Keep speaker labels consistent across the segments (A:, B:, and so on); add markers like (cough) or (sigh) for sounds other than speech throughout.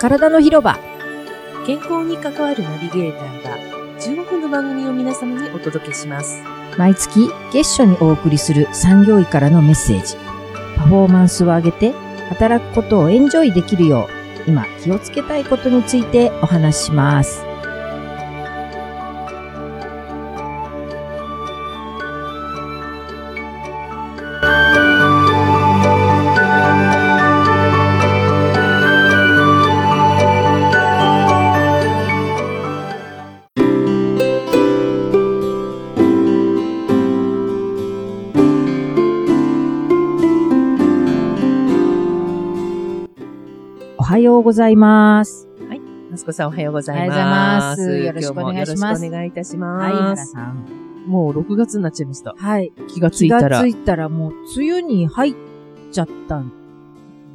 A: 体の広場
B: 健康に関わるナビゲーターが15分の番組を皆様にお届けします。
A: 毎月月初にお送りする産業医からのメッセージパフォーマンスを上げて働くことをエンジョイできるよう今気をつけたいことについてお話ししますおはようございます
B: マスコさんおはようございます。
A: おはようございますよろしくお願いします
B: 今日もよろくお願いいたし
A: はい
B: ま
A: 原
B: す。
A: さん
B: もう6月になっちゃいました。
A: はい
B: 気がつ
A: 気
B: いた
A: が
B: ら
A: つ。いたらもう梅雨に入っちゃったん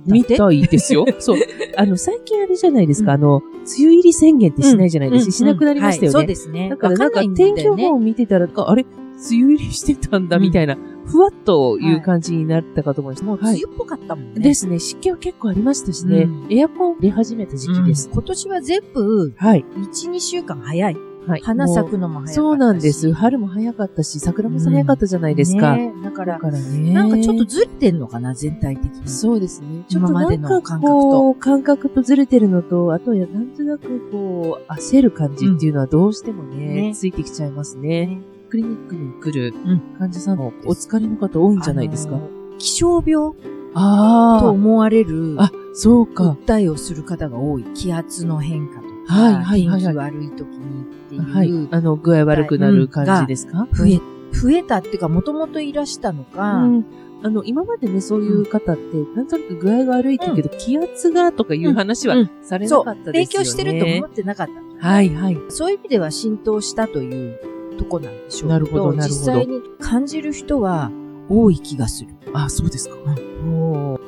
B: 見たいですよ。そう。あの、最近あれじゃないですか、あの、梅雨入り宣言ってしないじゃないですか、しなくなりましたよね。
A: はいそうですね。
B: だからなんか
A: わいんだよ
B: 天
A: ね
B: 気予報を見てたら、あれ、梅雨入りしてたんだみたいな、ふわっという感じになったかと思います。
A: もう梅
B: はい
A: 雨っぽかったもんね。
B: ですね。湿気は結構ありましたしね。
A: うん
B: エアコン出始めた時期です。
A: うん今年は全部、
B: はい。
A: 1、2週間早い。
B: はい。
A: 花咲
B: も
A: くのも早かった
B: う
A: し。
B: そうなんです。春も早かったし、桜も早かったじゃないですか。
A: ねえだから
B: だ、からね。
A: なんかちょっとずれてんのかな、全体的に。
B: そうですね。
A: 今までの
B: ちょっとなんかこう感覚とずれてるのと、あとはなんとなくこう、焦る感じっていうのはどうしてもね、
A: ね
B: ついてきちゃいますね。
A: ね
B: クリニックに来る
A: うん
B: 患者さんもお疲れの方多いんじゃないですか
A: あ。の。気象病
B: あ
A: と
B: ー
A: 思われる、
B: あ、そうか。
A: 訴えをする方が多い。気圧の変化とか、
B: はいはいはい
A: 天
B: はい
A: 気悪い時にって
B: はい
A: いう。。
B: あの、具合悪くなる感じですか、
A: 増え、増えたっていうか、もともといらしたの
B: う
A: か、
B: ん、あの、今までね、そういう方って、なんとなく具合が悪いって言うけど、気圧がとかいう話は
A: うん
B: され
A: そ
B: な
A: う
B: かった、で
A: 勉
B: すよ
A: 強
B: ね。
A: してると思ってなかった。
B: はいはい。
A: そういう意味では浸透したというとこなんでしょうけど、
B: なるほどなるほど
A: 実際に感じる人は多い気がする。
B: あ、そうですか。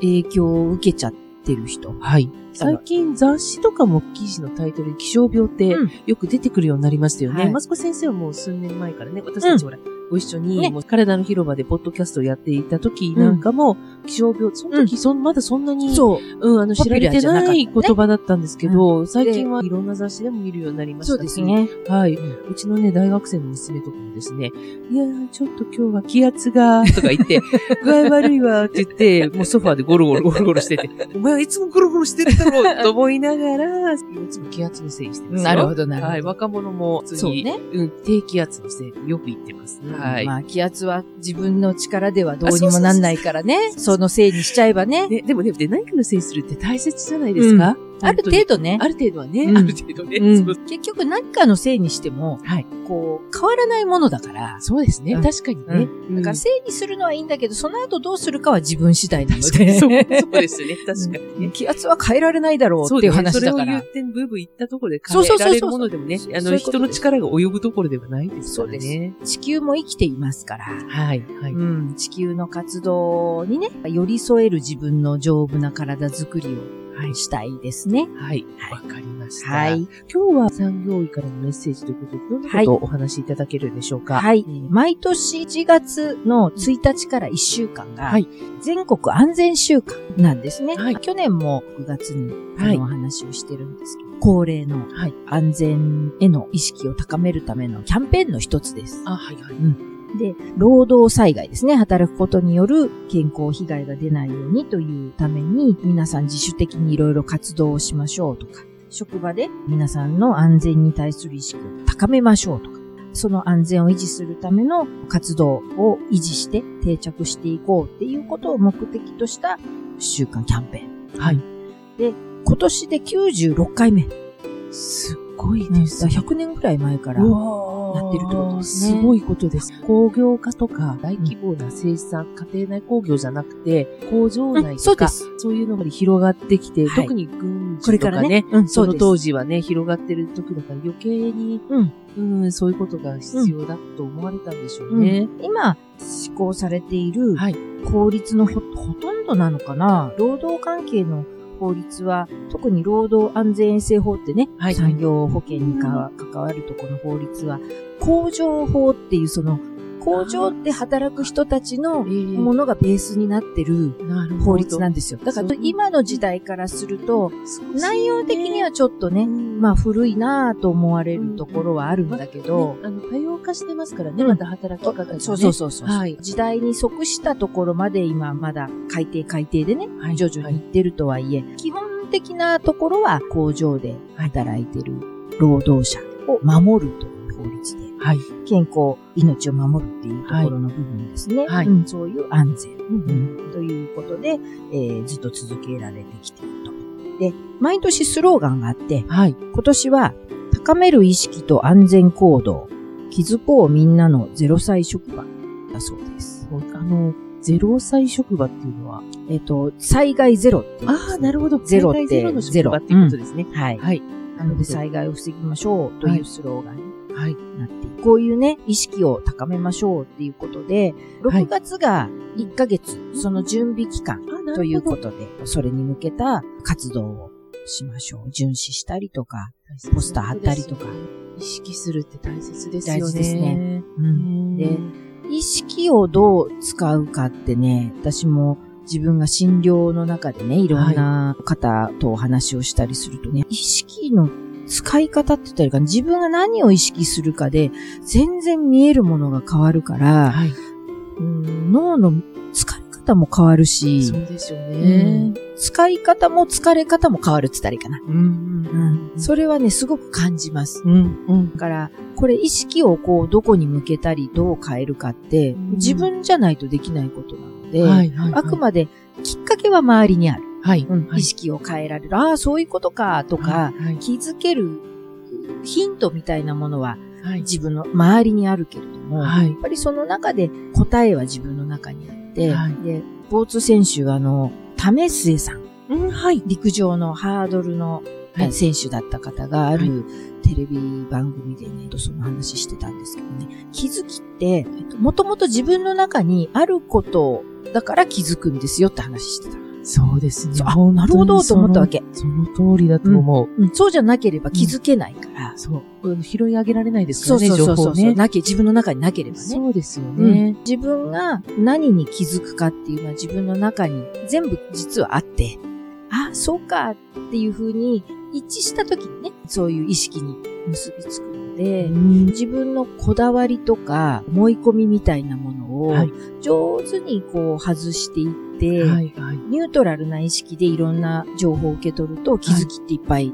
A: 影響を受けちゃってる人。
B: はい。最近雑誌とかも記事のタイトルに気象病って
A: うん
B: よく出てくるようになりましたよね。
A: はい
B: マスコ先生はもう数年前からね、私たちほら、ご一緒に、
A: ね
B: もう体の広場でポッドキャストをやっていた時なんかも、気象病、その時、そんまだそんなに、
A: そう。
B: うん、あの、
A: ポ
B: 知
A: ピ
B: ら
A: ュ
B: れ
A: ラ
B: て
A: ーじゃなかった
B: な
A: ね
B: い言葉だったんですけど、最近はいろんな雑誌でも見るようになりましたし。。はい。うちのね、大学生の娘とかもですね、いやー、ちょっと今日は気圧が、とか言って、 (laughs) 具合悪いわ、って言って、もうソファーでゴロゴロゴロゴロしてて、お前はいつもゴロゴロしてるだろう、と思いながら、いつも気圧のせいにしてますよ。
A: なるほど、な
B: は
A: る
B: い、
A: ほど。
B: 若者も普通
A: そう
B: に、
A: ね
B: うん、低気圧のせいよく言ってます。はい。
A: まあ、気圧は自分の力ではどうにもなんないからね。そのせいにしちゃえばね。
B: ね、でもね、で何かのせいにするって大切じゃないですか、
A: ある程度ね
B: 度。あ。る程度はね、
A: うん
B: ある程度ね。
A: うん
B: そう
A: 結局何かのせいにしても、
B: はい
A: こう、変わらないものだから。
B: そうですね、
A: うん
B: 確かにね。うん
A: だからせいにするのはいいんだけど、その後どうするかは自分次第なの
B: 確かに
A: で。
B: そうそうですね、確かにね。
A: 気圧は変えられないだろうっていう話だから。
B: それを言って、ブーブー言ったところで変
A: そうそう
B: えら
A: そうそう
B: れるものでもね
A: そ、う
B: あ
A: そう
B: の、
A: いうこと
B: 人の力が及ぶところではないですからね。
A: そうで地球も生きていますから。
B: はい、はい。
A: うん、地球の活動にね、寄り添える自分の丈夫な体づくり
B: は
A: をしたいですね。
B: はい
A: は。い
B: わかりました。
A: はい。
B: 今日は産業医からのメッセージということで、どんなことをお話しいただけるでしょうか
A: はい。
B: うん
A: 毎年1月の1日から1週間が
B: はい、
A: 全国安全週間なんですね。
B: はい
A: 去年も9月にあ
B: はい
A: のお話をしてるんですけど、高齢の
B: はい
A: 安全への意識を高めるためのキャンペーンの一つです。
B: あ、はい、はい。
A: で、労働災害ですね。働くことによる健康被害が出ないようにというために、皆さん自主的にいろいろ活動をしましょうとか、職場で皆さんの安全に対する意識を高めましょうとか、その安全を維持するための活動を維持して定着していこうっていうことを目的とした週間キャンペーン。
B: はい。
A: 今年で96回目。
B: すっごい
A: ね、
B: ですね。
A: 100年ぐらい前から。
B: わ
A: ーやってるってことですね
B: すごいことです。工業化とか、大規模な生産、家庭内工業じゃなくて、工場内
A: うんそ
B: と
A: うで
B: か、
A: す。
B: そういうのが広がってきて、
A: はい
B: 特に軍
A: こ
B: 事
A: れ
B: と
A: か
B: からね
A: ね、。うん、
B: そ
A: そう
B: の
A: です。
B: 当時はね、広がってる時だから余計に、
A: うん
B: うん、そういうことが必要だと思われたんでしょうね。
A: 今、施行されている
B: はい
A: 法律のほほとんどなのかな労働関係の法律は、特に労働安全衛生法ってね、
B: はい
A: 産業保険にか関わるとこの法律は、工場法っていうその工場で働く人たちの
B: えー
A: ものがベースになってる
B: なるほど
A: 法律なんですよ。だから
B: そう
A: 今の時代からすると、内容的にはちょっとね、ま
B: ま
A: あ古いなぁと思われるところはあるんだけど、
B: あの、多様化してますからね、
A: うん
B: また働き方がね。
A: そうそうそうそう、
B: はい
A: 時代に即したところまで今まだ改定改定でね、
B: はい
A: 徐々に行ってるとはいえ、基本的なところは工場で働いてる労働者を守るという法律で、
B: はい。
A: 健康、命を守るっていうところの部分ですね。
B: はい
A: うんそういう安全、
B: うん
A: うんということで、えーずっと続けられてきていると。で、毎年スローガンがあって、
B: はい。
A: 今年は高める意識と安全行動、気づこうみんなのゼロ歳職場だそうです。
B: あの、ゼロ歳職場っていうのは、
A: えっ、と、災害ゼロっていう
B: ああ、なるほど。
A: ゼロって
B: 災害ゼロの職場っていうことですね。
A: はい。
B: はい。
A: なので災害を防ぎましょうと
B: はいいう
A: スローガンに
B: はい。
A: なっている、こういうね、意識を高めましょうっていうことで、6月が1ヶ月、その準備期間
B: あ、な
A: ということで、それに向けた活動をしましょう。巡視したりとか、ポスター貼ったりとか。
B: 意識するって大切ですよね。
A: 大事ですね。
B: うん。
A: で意識をどう使うかってね、私も自分が診療の中でね、いろんな方とお話をしたりするとね、意識の使い方って言ったらいいかな、自分が何を意識するかで、全然見えるものが変わるから、
B: はい。
A: うん脳の疲れ方も変わるし
B: そ、うですよ
A: うん
B: ね。
A: 使い方も疲れ方も変わるって言ったらいいかな。
B: うん。
A: それはね、すごく感じます。
B: うん。うん。
A: だから、これ意識をこう、どこに向けたり、どう変えるかって、
B: うん
A: 自分じゃないとできないことなので、
B: はい。はい。
A: あくまできっかけは周りにある。
B: はい。
A: うん
B: はい
A: 意識を変えられる。ああ、そういうことか、とか、
B: はい。
A: 気づけるヒントみたいなものは
B: はい。
A: 自分の周りにあるけれども、
B: はい
A: やっぱりその中で答えは自分の中にあって、
B: はい
A: で、スポーツ選手はあの、為末さん、
B: うん。はい。
A: 陸上のハードルの
B: はい
A: 選手だった方があ
B: は
A: るテレビ番組でね、その話してたんですけどね、気づきって、もともと自分の中にあることだから気づくんですよって話してた。
B: そうですね。
A: そうあ、
B: 本当
A: な
B: に
A: るほどと思ったわけ。
B: その。その通りだと思う。
A: うん、そうじゃなければ気づけないから。
B: そう。うん拾い上げられないですか
A: そう
B: らね、
A: そうそ
B: 情
A: うそ
B: 報
A: うそう、
B: ね。
A: なき自分の中になければね。
B: そうですよ
A: うん
B: ね。
A: 自分が何に気づくかっていうのは自分の中に全部実はあって、あ、そうかっていうふうに一致した時にね、そういう意識に結びつくので、
B: うん
A: 自分のこだわりとか思い込みみたいなものを
B: はい
A: 上手にこう外していって、
B: はい。はい。
A: ニュートラルな意識でいろんな情報を受け取ると気づきっていっぱい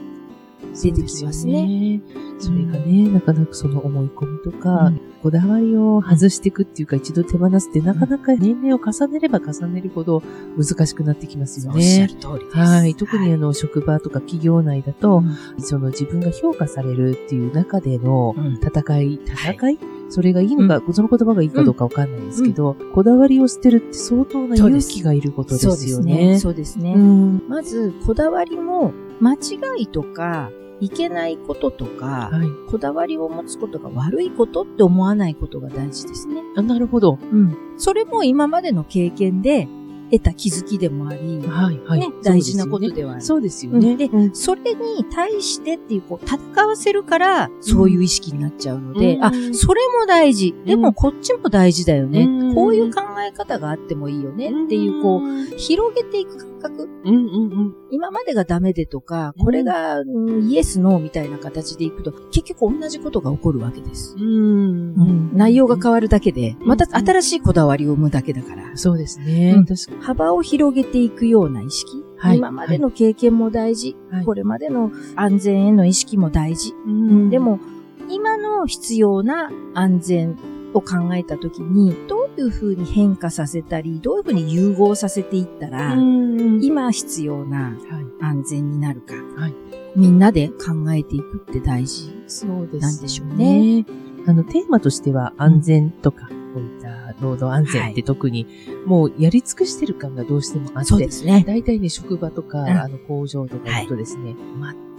A: 出てきますね。
B: そうですよね。それがね、なかなかその思い込みとか、
A: うん
B: こだわりを外していくっていうか、一度手放すって、なかなか年齢を重ねれば重ねるほど難しくなってきますよ
A: おっしゃ
B: ね
A: る。通りです。
B: はい。特に
A: は
B: あの、職場とか企業内だと、その自分が評価されるっていう中での
A: うん
B: 戦い、戦い、それがいいのか、その言葉がいいかどうかわかんないですけど、こだわりを捨てるって相当な勇気がいることです
A: そうです
B: よね。
A: ね。そうですね。
B: うん。
A: まず、こだわりも、間違いとか、いけないこととか、
B: はい。
A: こだわりを持つことが悪いことって思わないことが大事ですね。
B: あなるほど。
A: うん。それも今までの経験で得た気づきでもあり、
B: はい、はい。
A: ね、大事なこと
B: で
A: ではある。
B: そうですよね。
A: うんで
B: うん
A: それに対してっていう、こう、戦わせるから、そういう意識になっちゃうので、
B: うん
A: あ、それも大事。で
B: う
A: も、
B: ん
A: こっちも大事だよね。
B: うん
A: こういう考え方があってもいいよね。っていう、こう、広げていく感覚。
B: うん、うん、うん。
A: 今までがダメでとか、
B: うん
A: これが、うんイエス、ノーみたいな形でいくと、結局同じことが起こるわけです。
B: うん
A: うん内容が変わるだけで、
B: ん
A: また新しいこだわりを生むだけだから。
B: そうですね。
A: うん
B: 確か
A: 幅を広げていくような意識。
B: はい
A: 今までの経験も大事、
B: はい
A: これまでの安全への意識も大事。
B: に。
A: で、も、今の必要な安全を考えたときに、どういうふうに変化させたり、どういうふうに融合させていったら、
B: うん、
A: 今必要な
B: はい。
A: 安全になるか、
B: はい
A: みんなで考えていくって大事。
B: そうですね。
A: なんでしょうね
B: あの、テーマとしては安全とか、こういった労働安全
A: は
B: っ
A: い
B: て特に、もうやり尽くしてる感がどうしてもあって、
A: すね。
B: 大体ね、職場とか、
A: ん
B: あの、工場とか行くとですね、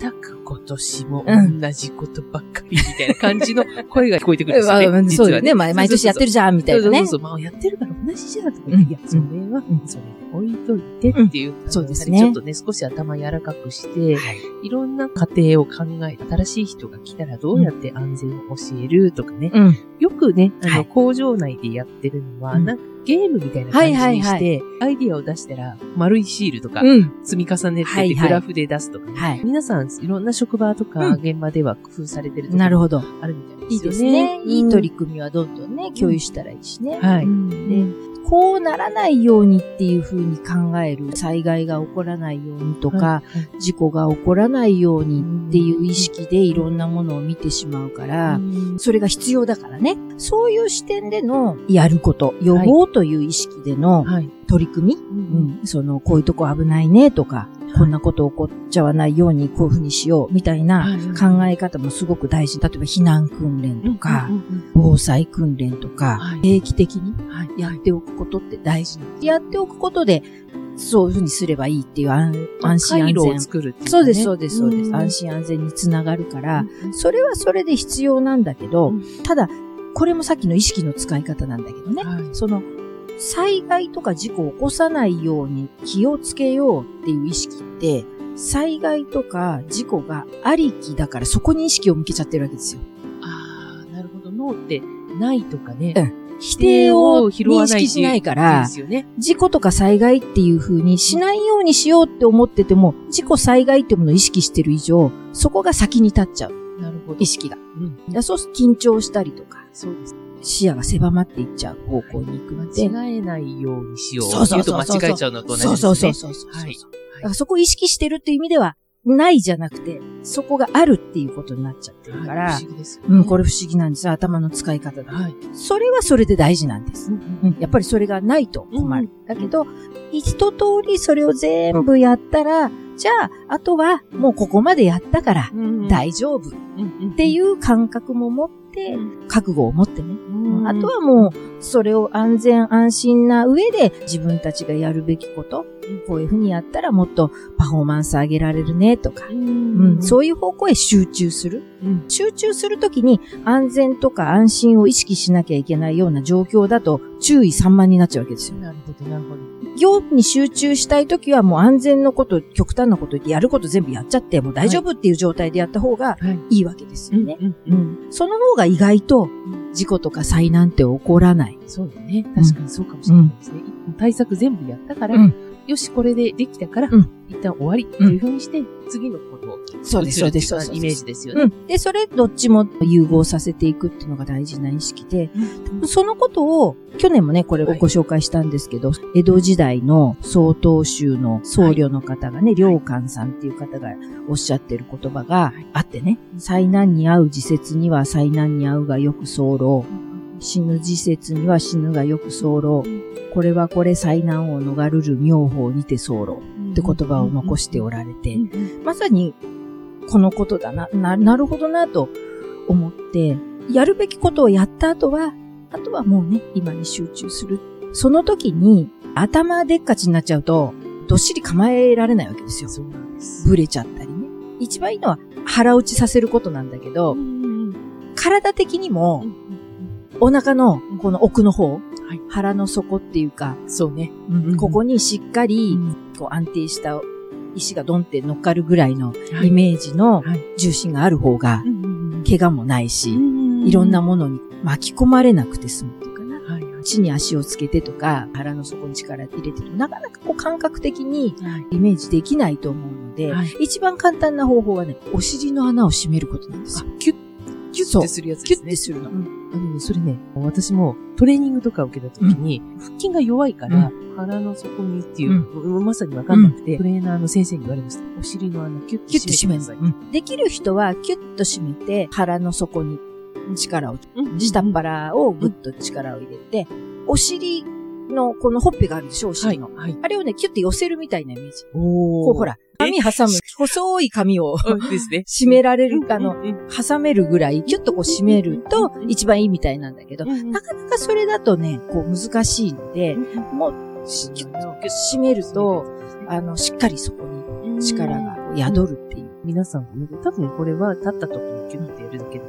B: 全く今年も同じことばっかりみたいな
A: (laughs)
B: 感じの声が聞こえてくるんですよね。
A: そうだね。毎毎年やって
B: る
A: るじゃん、みたいなね。
B: そうそうそう。まあ、やってるから同じじゃんとか言って、
A: うん
B: いや、それは、それで置いといてっていう、
A: んそうですね
B: やはりちょっとね、少し頭柔らかくして、
A: はい。
B: いろんな家庭を考えて、新しい人が来たらどうやって安全を教えるとかね。
A: うん。
B: よくね、あの、
A: はい
B: 工場内でやってるのは、
A: うん
B: なんかゲームみたいな感じにして、
A: はいはいは
B: アイディアを出したら、丸いシールとか、
A: うん。
B: 積み重ねて
A: は
B: て
A: いはい
B: グラフで出すとかね、
A: はい。
B: 皆さん、いろんな職場とか
A: うん
B: 現場では工夫されてるとこ
A: なるほど。
B: あるみたい
A: い
B: で
A: い
B: すよ
A: で
B: ね。
A: すね。いい取
B: り
A: り組みはどんどんね、共有したらいいしね。
B: はい
A: うんで、こうならないようにっていうふうに考える、災害が起こらないようにとか、事故が起こらないようにっていう意識でいろんなものを見てしまうから、それが必要だからね。そういう視点でのやること、予防という意識での
B: はい。
A: 取り組み、
B: う
A: うんん、その、こういうとこ危ないねとか、こんなこと起こっちゃわないようにこういうふうにしようみたいな考え方もすごく大事。例えば避難訓練とか
B: う、んうん
A: 防災訓練とか
B: はい、
A: 定期的に
B: うんはい。
A: やっておくことって大事なんですやっておくことで、そういうふうにすればいいっていう安安心
B: 回
A: 安
B: 路を
A: 全。
B: 作るっていう、ね。
A: そうです、そうです、そうで
B: ん
A: す。安心安全につながるから、
B: う
A: それはそれで必要なんだけど
B: う、
A: ただ、これもさっきの意識の使い方なんだけどね
B: ん。はい
A: その、災害とか事故を起こさないように気をつけようっていう意識って、災害とか事故がありきだからそこに意識を向けちゃってるわけですよ。
B: ああ、なるほど。脳って、ないとかね。
A: うん否定を
B: 否定を
A: 認識しないから
B: で、すよね。
A: 事故とか災害っていう風にしないようにしようって思ってても、事故災害っていうものを意識してる以上、そこが先に立っちゃう、
B: なるほど
A: 意。識が。だか
B: うん
A: らそうすると緊張したりとか、
B: そうです。
A: 視野が狭まっていっちゃう方向に行くので、
B: 間違えないようにしよう。
A: そうそうそうそう
B: 言うと間違えちゃうのと同じ
A: そ
B: ですね。
A: うそうそうそうそう。
B: はい
A: だからそこを意識してるっていう意味では、ないじゃなくて、そこがあるっていうことになっちゃってるから、
B: はい不思議ですよね
A: うん、これ不思議なんですよ。頭の使い方だ。
B: はい。
A: それはそれで大事なんです。うん、やっぱりそれがないと困る。
B: う
A: だけど、一通りそれを全部やったら、じゃあ、あとはもうここまでやったから
B: うん
A: 大丈夫っ
B: って
A: いう感覚も持って、覚悟を持ってね。
B: うん
A: あとはもう、それを安全安心な上で自分たちがやるべきこと、こういうふうにやったらもっとパフォーマンス上げられるねとか、
B: う
A: うんん、そういう方向へ集中する。
B: うん
A: 集中するときに安全とか安心を意識しなきゃいけないような状況だと注意散漫になっちゃうわけですよ。
B: なるほど、なるほど。
A: 業務に集中したいときはもう安全のこと、極端なこと言ってやること全部やっちゃってもう大丈夫っていう状態でやった方が
B: はい。
A: いいわけですよね。
B: うんう
A: うん
B: うん
A: ん、その方が意外と事故とか災難って起こらない。
B: そうだね。確かにそうかもしれないですね。対策全部やったから
A: うん、
B: よし、これでできたから
A: う、
B: 一旦終わりっていうふうにして、次のことを。
A: そうです、そうです、そ
B: 移る
A: う
B: ってい
A: です。
B: イメージですよね。
A: うん。で、それ、どっちも融合させていくっていうのが大事な意識で、そのことを、去年もね、これ
B: はい
A: ご紹介したんですけど、江戸時代の曹洞宗の僧侶の方がね、良寛さんっていう方がおっしゃってる言葉があってね、災難に遭う時節には災難に遭うがよく候死ぬ時節には死ぬがよく候これはこれ災難を逃るる妙法にて候って言葉を残してお
B: ら
A: られて、まさにこのことだな、な、なるほどなと思って、やるべきことをやった後は、あとはもうね、今に集中する。その時に頭でっかちになっちゃうと、どっしり構えられないわけですよ。
B: そうなんです。
A: ブレちゃったりね。一番いいのは腹落ちさせることなんだけど、体的にもお腹のこの奥の方、
B: い
A: 腹の底っていうか、
B: そうね。ん
A: ここにしっかり
B: うん
A: こう安定した石がドンって乗っかるぐらいの
B: は
A: イ
B: い
A: メージの
B: はい
A: 重心がある方が、怪我もないし、
B: い
A: いろんなものに巻き込まれなくて済むっていうかな。
B: はい
A: 地に足をつけてとか、腹の底に力入れてとなかなかこう感覚的に
B: はい
A: イメージできないと思うので、
B: はい
A: 一番簡単な方法はね、お尻の穴を閉めることなんです
B: あ
A: よ。
B: キュッ、キュッ
A: そう
B: ってするやつ
A: キュ
B: です
A: ッ
B: ね
A: て。するの。
B: あのね、それね、私もトレーニングとか受けた時に、腹筋が弱いから、腹の底にっていう、うんまさにわかんなくて、トレーナーの先生に言われました。お尻の穴キュッ
A: キュッて
B: て
A: 閉
B: 締
A: め
B: め
A: る
B: てくだ
A: の
B: さい。
A: うんできる人はキュッと閉めて、腹の底に力を、
B: うん
A: 下っ腹をぐっと力を入れて、お尻のこのほっぺがあるでしょ、お
B: は
A: 尻
B: い。
A: の。
B: はい。
A: あれをね、キュッて寄せるみたいなイメージ。
B: お
A: こうほ。ら、紙挟む、細い紙を
B: ですね。
A: 締められる、あの、
B: うんうん
A: 挟めるぐらい、キュッとこう締めると一番いいみたいなんだけど、
B: うん、
A: なかなかそれだとね、こう難しいので、もう、しキュッと締めると、あの、しっかりそこに力が宿るっていう
B: 皆さんもね、多分これは立った時にキュッてやるだけで、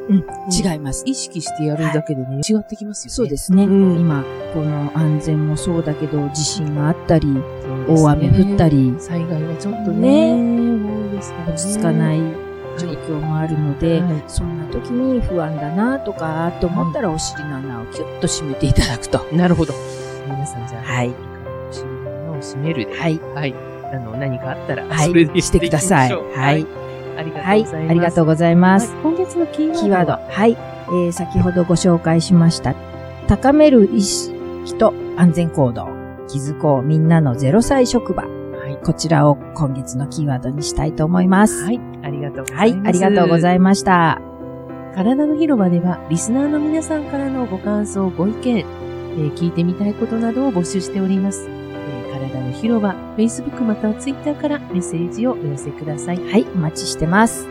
A: 違います。
B: 意識してやるだけでね、違ってきますよね。
A: そうですね。
B: うん
A: 今、この安全もそうだけど、地震があったり、
B: そうですね。
A: 大雨降ったり、
B: 災害はちょっとね、多いですからね。
A: 落ち着かないい状況もあるので、
B: はい
A: そんな時に不安だなとか、と思ったらお尻の穴をキュッと締めていただくと。
B: なるほど。皆さんじゃあ、
A: はい。
B: お尻の穴を締めるで、
A: はい。
B: はい。あの、何かあったら、
A: はい
B: それで
A: してください
B: やってきましょう
A: はい。
B: ありが
A: は
B: と
A: い
B: うございます。。
A: ありがとうございます。
B: はい今月のキーワードは。
A: キーワード。はい。えー先ほどご紹介しました。高める意識と安全行動。気づこうみんなのゼロ歳職場。
B: はい。
A: こちらを今月のキーワードにしたいと思います。
B: はい。ありがとうござ
A: はいい。
B: ます。
A: ありがとうございました。
B: 体の広場では、リスナーの皆さんからのご感想、ご意見、えー聞いてみたいことなどを募集しております。えー体の広場、Facebook または Twitter からメッセージをお寄せください。
A: はい。お待ちしてます。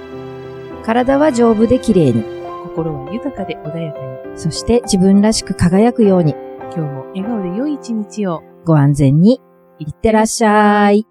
A: 体は丈夫で綺麗に。
B: 心は豊かで穏やかに。
A: そして自分らしく輝くように。
B: 今日も笑顔で良い一日を。
A: ご安全に。いってらっしゃい。